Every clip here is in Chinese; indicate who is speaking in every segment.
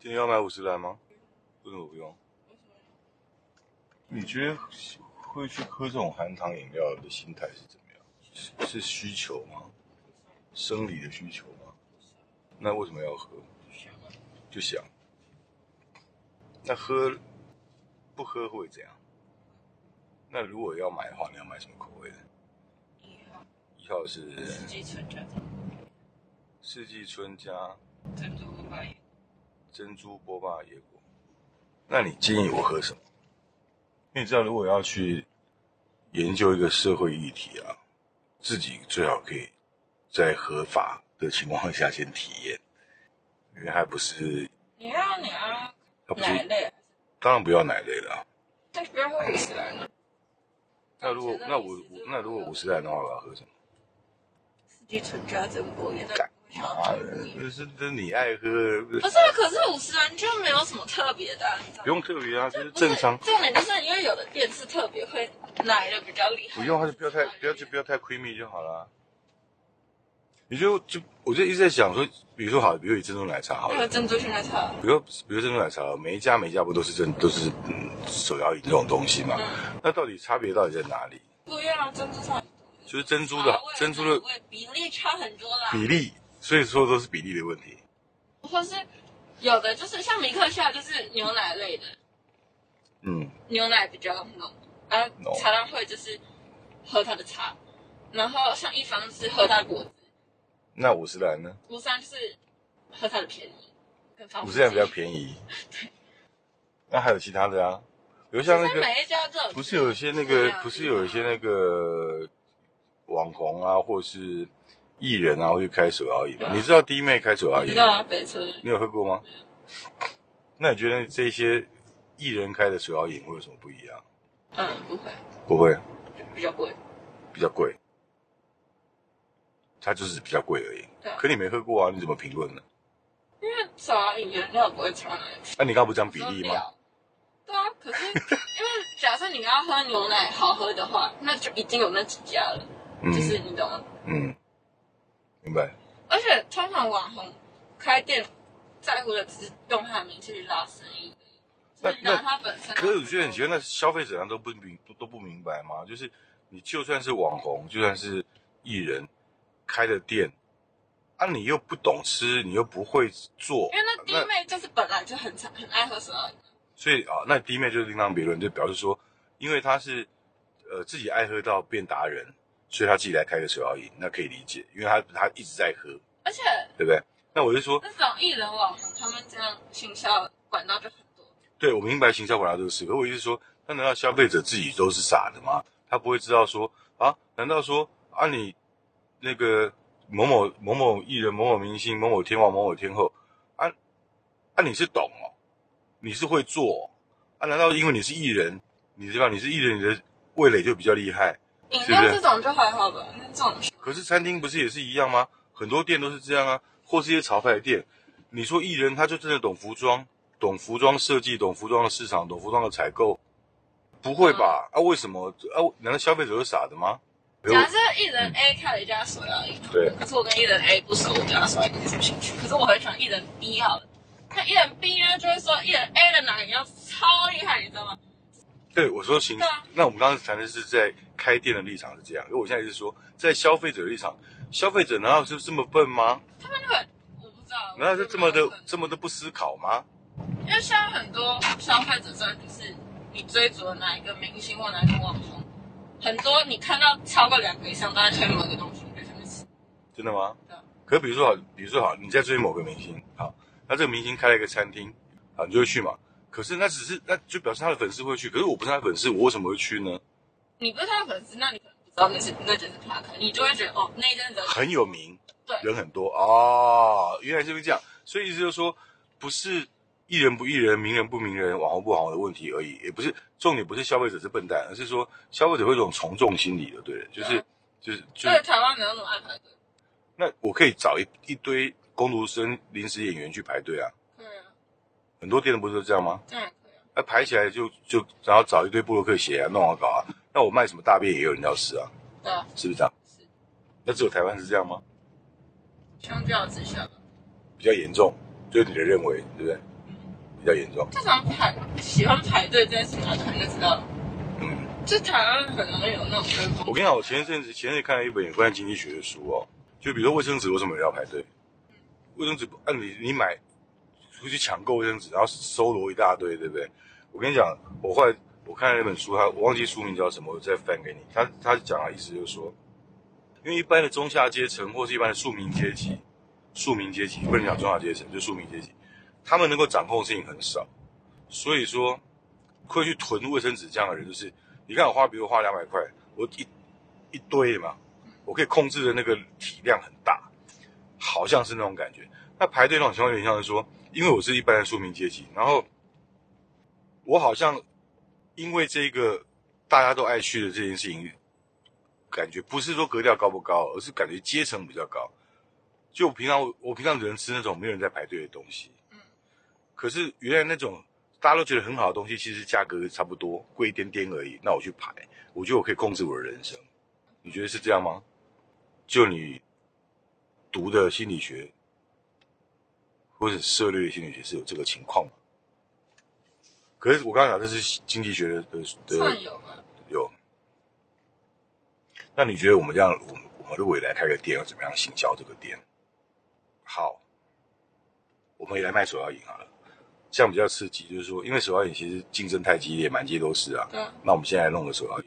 Speaker 1: 今天要买五十兰吗？为什么不用？你觉得会去喝这种含糖饮料的心态是怎么样？是是需求吗？生理的需求吗？那为什么要喝？就想。那喝不喝会怎样？那如果要买的话，你要买什么口味的？
Speaker 2: 一号
Speaker 1: 一号是
Speaker 2: 四季春加
Speaker 1: 四季春加
Speaker 2: 珍珠五百元，
Speaker 1: 珍珠波霸椰果。那你建议我喝什么？因为你知道，如果要去研究一个社会议题啊，自己最好可以在合法的情况下先体验，因为还不是，
Speaker 2: 你要你要
Speaker 1: 它不
Speaker 2: 奶
Speaker 1: 是，
Speaker 2: 类，
Speaker 1: 当然不要奶类了啊。
Speaker 2: 但是不要喝五十兰了，
Speaker 1: 那如果
Speaker 2: 我觉得
Speaker 1: 那
Speaker 2: 你
Speaker 1: 我
Speaker 2: 是
Speaker 1: 我那如果五十兰的话，我要喝什么？
Speaker 2: 四季春加珍珠也在。
Speaker 1: 啊，那是这你爱喝，
Speaker 2: 不是，可是五十兰就没有什么特别的、啊，你知道
Speaker 1: 不
Speaker 2: 吗？
Speaker 1: 用特别啊，就是正常
Speaker 2: 不。是重点就是因为有的店是特别会奶的比较厉害。
Speaker 1: 不用，还是不要太不要就不要太 creamy 就好了。你就就我就一直在想说，比如说好，比如以珍珠奶茶好
Speaker 2: 那个
Speaker 1: 了，
Speaker 2: 珍珠奶茶，
Speaker 1: 比如比如珍珠奶茶，每一家每一家不都是珍都是嗯手摇饮这种东西嘛？那到底差别到底在哪里？
Speaker 2: 不一样，珍珠茶
Speaker 1: 就是珍珠
Speaker 2: 啊
Speaker 1: 的珍珠的
Speaker 2: 比例差很多啦。
Speaker 1: 比例，所以说都是比例的问题。
Speaker 2: 或是有的就是像米克夏，就是牛奶类的，
Speaker 1: 嗯，
Speaker 2: 牛奶比较浓，然后
Speaker 1: 浓
Speaker 2: 茶浪会就是喝它的茶，然后像一方是喝它的果汁，
Speaker 1: 那五十兰呢？
Speaker 2: 吴三就是喝它的便宜，跟方
Speaker 1: 五十兰比较便宜。那还有其他的啊，比如像那
Speaker 2: 就是
Speaker 1: 个
Speaker 2: 每一家都有
Speaker 1: 不是有一些那
Speaker 2: 对
Speaker 1: 个
Speaker 2: 啊，
Speaker 1: 不是有一些那个网红啊，或是艺人啊，会去开手摇饮吗？
Speaker 2: 对啊
Speaker 1: 你知道弟妹开手摇
Speaker 2: 你
Speaker 1: 饮
Speaker 2: 知
Speaker 1: 吗？
Speaker 2: 道啊，北村
Speaker 1: 你有喝过吗？那你觉得这些艺人开的手摇饮会有什么不一样？
Speaker 2: 嗯不会
Speaker 1: 不会，
Speaker 2: 比较贵，
Speaker 1: 比较贵，它就是比较贵而已
Speaker 2: 对啊。
Speaker 1: 可你没喝过啊，你怎么评论呢？
Speaker 2: 因为茶饮原料不会差哪里去，
Speaker 1: 啊那、你刚刚不讲比例吗？
Speaker 2: 料？对啊，可是因为假设你要喝牛奶好喝的话，那就已经有那几家了，
Speaker 1: 嗯
Speaker 2: 就是你懂吗？
Speaker 1: 嗯，明白。
Speaker 2: 而且通常网红开店在乎的只是用他的名气去拉生意，就
Speaker 1: 那
Speaker 2: 是拿他本身。
Speaker 1: 可是我觉得很奇怪，那消费者难道不明都都不明白吗？就是你就算是网红，就算是艺人开的店，啊，你又不懂吃，你又不会做
Speaker 2: 因，为那弟妹就是本来就很常很爱喝什么，
Speaker 1: 所以啊，那弟妹就是另当别论，就表示说，因为她是呃自己爱喝到变达人，所以她自己来开个手摇饮，那可以理解，因为她她一直在喝，
Speaker 2: 而且
Speaker 1: 对不对？那我就说，
Speaker 2: 那种艺人网红他们这样行销管道就很多，
Speaker 1: 对，我明白行销管道这个事，可我意思是说，那难道消费者自己都是傻的吗？他不会知道说啊？难道说啊你那个某某某某艺人、某某明星、某某天王、某某天后啊啊你是懂哦，你是会做、哦、啊？难道因为你是艺人，你知道你是艺人，你的味蕾就比较厉害？
Speaker 2: 饮
Speaker 1: 是
Speaker 2: 料这种就还好吧，那这种
Speaker 1: 可是餐厅不是也是一样吗？很多店都是这样啊，或是一些潮牌店。你说艺人他就真的懂服装，懂服装设计，懂服装的市场，懂服装的采购？不会吧？啊，为什么？啊，难道消费者是傻的吗？
Speaker 2: 假设艺
Speaker 1: 嗯
Speaker 2: 人 A 开了一家手摇饮，
Speaker 1: 对
Speaker 2: 可是我跟艺人 A 不熟，我对他手摇饮没什么兴趣，可是我很喜欢艺人 B 好了，那艺人 B 呢就会说艺人 A 的奶饮料超厉害，你知道吗？
Speaker 1: 对，我说行
Speaker 2: 对啊。
Speaker 1: 那我们刚刚谈的是在开店的立场是这样，因为我现在是说在消费者的立场，消费者难道就这么笨吗？
Speaker 2: 那个我不知道，
Speaker 1: 难道就这么
Speaker 2: 我
Speaker 1: 的
Speaker 2: 觉得
Speaker 1: 这么的不思考吗？
Speaker 2: 因为现在很多消费者真的就是你追逐的哪一个明星或哪一个网红，很多你看到超过两个以上都在推某个东西，你就想去吃。
Speaker 1: 真的吗
Speaker 2: 对啊？
Speaker 1: 可比如说好，比如说好，你在追某个明星，好，那这个明星开了一个餐厅，好，你就会去嘛。可是那只是那就表示他的粉丝会去，可是我不是他的粉丝，我为什么会去呢？
Speaker 2: 你不是他的粉丝，那你可能不知道那是那就是他开，你就会觉得哦，那一阵子
Speaker 1: 很有名，
Speaker 2: 对
Speaker 1: 人很多哦，原来是因为这样，所以意思就是说，不是艺人不艺人、名人不名人、网红不网红的问题而已，也不是重点，不是消费者是笨蛋，而是说消费者会有一种从众心理的，对的，就是就是就
Speaker 2: 对
Speaker 1: 是，
Speaker 2: 台湾没有那么爱排队。
Speaker 1: 那我可以找一一堆工读生、临时演员去排队啊，
Speaker 2: 可以啊，
Speaker 1: 很多店不是都这样吗？
Speaker 2: 当然可以啊。
Speaker 1: 那排起来就就然后找一堆布洛克鞋啊，弄好搞啊。那我卖什么大便也有人要吃啊，
Speaker 2: 对啊，
Speaker 1: 是不是这样？
Speaker 2: 是
Speaker 1: 那只有台湾是这样吗？
Speaker 2: 相较之下吧，
Speaker 1: 比较严重，就是你的认为，对不对？
Speaker 2: 嗯
Speaker 1: 比较严重。
Speaker 2: 这种排喜欢排队这件事情，大家应该知道，
Speaker 1: 嗯，
Speaker 2: 就台湾很容易有那种跟风
Speaker 1: 我跟你讲，我前一阵子前一阵看了一本有关经济学的书哦，就比如说卫生纸为什么要排队？卫生纸不按理你买出去抢购卫生纸，然后搜罗一大堆，对不对？我跟你讲，我后来我看了那本书，它我忘记书名叫什么，我再翻给你。他他讲的意思就是说，因为一般的中下阶层或是一般的庶民阶级，庶民阶级不能讲中下阶层，就庶民阶级，他们能够掌控的事情很少，所以说会去囤卫生纸这样的人，就是你看我花，比如我花两百块，我一一堆嘛，我可以控制的那个体量很大，好像是那种感觉。那排队那种情况有点像是说，因为我是一般的庶民阶级，然后我好像因为这个大家都爱去的这件事情，感觉不是说格调高不高，而是感觉阶层比较高。就我平常我我平常只能吃那种没有人在排队的东西，
Speaker 2: 嗯
Speaker 1: 可是原来那种大家都觉得很好的东西，其实价格差不多，贵一点点而已。那我去排，我觉得我可以控制我的人生。你觉得是这样吗？就你读的心理学或者涉猎的心理学是有这个情况吗？可是我刚刚讲这是经济学的的的
Speaker 2: 算有吧。
Speaker 1: 有。那你觉得我们这样，我们我们如果也来开个店，要怎么样行销这个店？好，我们也来卖手摇饮好了，这样比较刺激。就是说，因为手摇饮其实竞争太激烈，满街都是啊。
Speaker 2: 对，
Speaker 1: 那我们现在弄个手摇饮，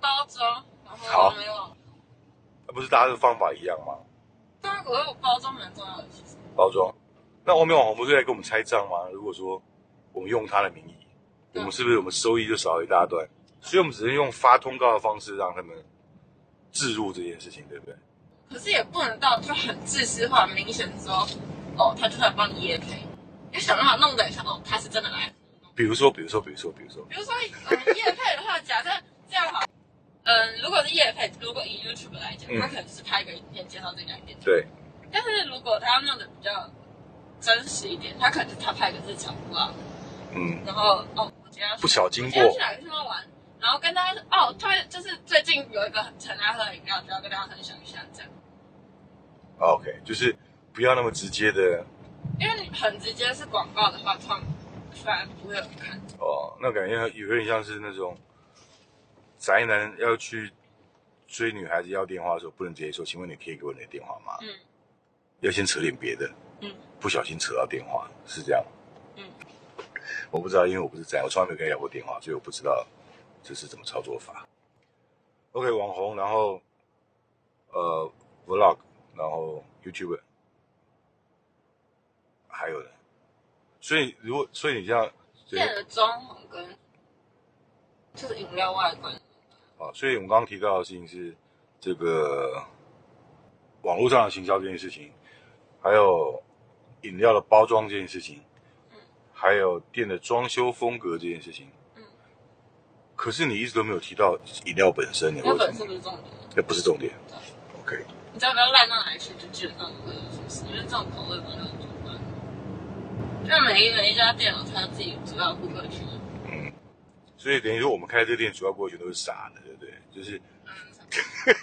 Speaker 2: 包装，然
Speaker 1: 好
Speaker 2: 后没有。
Speaker 1: 那啊不是大家的方法一样吗？
Speaker 2: 对啊，我觉得包装蛮重要的，其实。
Speaker 1: 包装。那欧美网红不是在跟我们拆账吗？如果说我们用他的名义，
Speaker 2: 嗯
Speaker 1: 我们是不是我们收益就少了一大段？所以我们只能用发通告的方式让他们置入这件事情，对不对？
Speaker 2: 可是也不能到就很自私化，明显说，哦，他就是来帮你夜配，要想办法弄得像哦，他是真的来。
Speaker 1: 比如说，比如说，比如说，比如说，
Speaker 2: 比如说我们夜配的话，假设这样好，嗯，如果是夜配，如果以 YouTube 来讲，
Speaker 1: 嗯
Speaker 2: 他可能是拍一个影片介绍这家店，
Speaker 1: 对，
Speaker 2: 但是如果他要弄得比较真实一点，他可能是他拍个日常啊，
Speaker 1: 嗯，
Speaker 2: 然后哦，我今天要去
Speaker 1: 不小经
Speaker 2: 我今
Speaker 1: 过
Speaker 2: 天，去哪个地方玩，然后跟大家哦，突然就是最近有一个很常来喝的饮料，就要跟大家分享一下这样。
Speaker 1: 啊 OK，就是不要那么直接的
Speaker 2: 因为你很直接是广告的话，创反而不会有人看。
Speaker 1: 哦，那感觉有点像是那种宅男要去追女孩子要电话的时候，不能直接说“请问你可以给我你的电话吗
Speaker 2: 嗯，”，
Speaker 1: 要先扯点别的，
Speaker 2: 嗯，
Speaker 1: 不小心扯到电话，是这样吗。
Speaker 2: 嗯
Speaker 1: 我不知道，因为我不是宅，我从来没有跟人聊过电话，所以我不知道这是怎么操作法。OK，网红，然后呃，Vlog，然后 YouTube，还有呢，所以如果所以你这样，所以
Speaker 2: 店的装潢跟就是饮料外观，
Speaker 1: 啊，所以我们刚刚提到的事情是这个网络上的行销这件事情，还有饮料的包装这件事情，
Speaker 2: 嗯
Speaker 1: 还有店的装修风格这件事情。
Speaker 2: 嗯
Speaker 1: 可是你一直都没有提到饮料本身，你为
Speaker 2: 那本
Speaker 1: 什
Speaker 2: 身
Speaker 1: 么？
Speaker 2: 不是重点。
Speaker 1: 那不是重点
Speaker 2: 对。
Speaker 1: OK，
Speaker 2: 你知道不要烂到哪里去，就基本上不会有什么事，因为这种口味本来就很主观。那每一每一家店有它自己主要顾客群，
Speaker 1: 所以等于说我们开这个店主要顾客群都是傻的，对不对？就是
Speaker 2: 嗯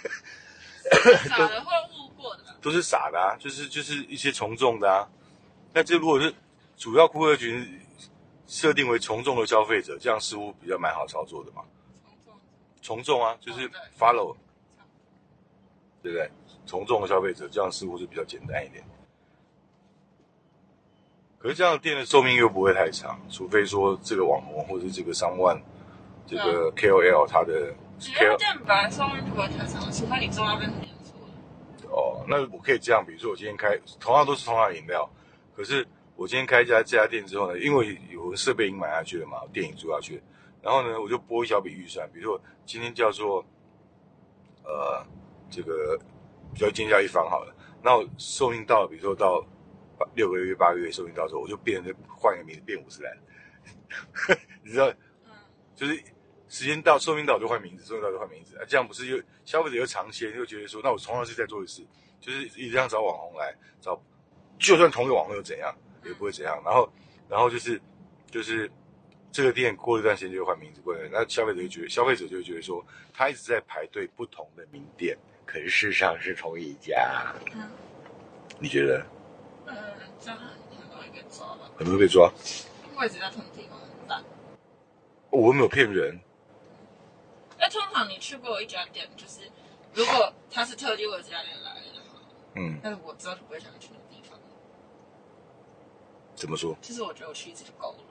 Speaker 2: 傻的会路过的啦，
Speaker 1: 都是傻的啊，就是就是一些从众的啊。那这如果是主要顾客群设定为从众的消费者，这样似乎比较蛮好操作的嘛。
Speaker 2: 从众
Speaker 1: 从众啊，就是
Speaker 2: 哦对
Speaker 1: follow，对不对？从众的消费者，这样似乎是比较简单一点。可是这样的店的寿命又不会太长，除非说这个网红或者这个商万，这个 KOL 他的
Speaker 2: 啊只要
Speaker 1: KOL
Speaker 2: 店本来上面就不会太长，除非你中间变成连锁的。
Speaker 1: 哦，那我可以这样，比如说我今天开同样都是同样的饮料，可是我今天开一家这家店之后呢，因为有个设备已经买下去了嘛，电影租下去，然后呢我就拨一小笔预算，比如说我今天叫做呃这个比较今天叫一方好了，那我寿命到了，比如说到八六个月八个月寿命到时候，我就变成换一个名字变五十兰， 你知道
Speaker 2: 嗯，
Speaker 1: 就是时间到，寿命到我就换名字，寿命到我就换名字，啊，这样不是又消费者又尝鲜，又觉得说，那我同样是在做一次，就是一直这样找网红来找，就算同一个网红又怎样，也不会怎样。然后，然后就是就是这个店过一段时间就会换名字，过一段，那消费者就觉得消费者就会觉得说，他一直在排队不同的名店，可是事实上是同一家。
Speaker 2: 嗯
Speaker 1: 你觉得
Speaker 2: 嗯，这样很多一个招吧。
Speaker 1: 很容易被抓？
Speaker 2: 位置在同地方很大。
Speaker 1: 我没有骗人，
Speaker 2: 哎，通常你去过一家店，就是如果他是特地为这家店来的话，
Speaker 1: 嗯，
Speaker 2: 但是我真的不会想去那个地方。
Speaker 1: 怎么说？
Speaker 2: 就是我觉得我去一次就够了，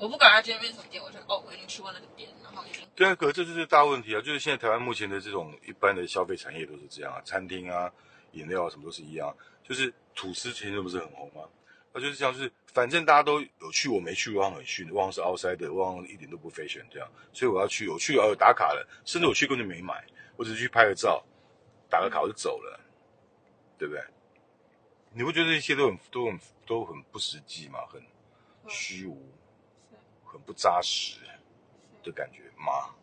Speaker 2: 我不管他今天变什么店，我就哦，我已经去过那个店，然后已经
Speaker 1: 对啊，可这就是大问题啊！就是现在台湾目前的这种一般的消费产业都是这样啊，餐厅啊、饮料啊什么都是一样。就是吐司前阵不是很红吗？那就是这样，就是反正大家都有去，我没去，我好像很逊，我好像是 outside，我好像一点都不 fashion 这样，所以我要去，我去哦打卡了，甚至我去根本就没买，我只是去拍个照，打个卡我就走了，对不对？你不觉得这些都很都很都很不实际吗？很虚无，很不扎实的感觉吗？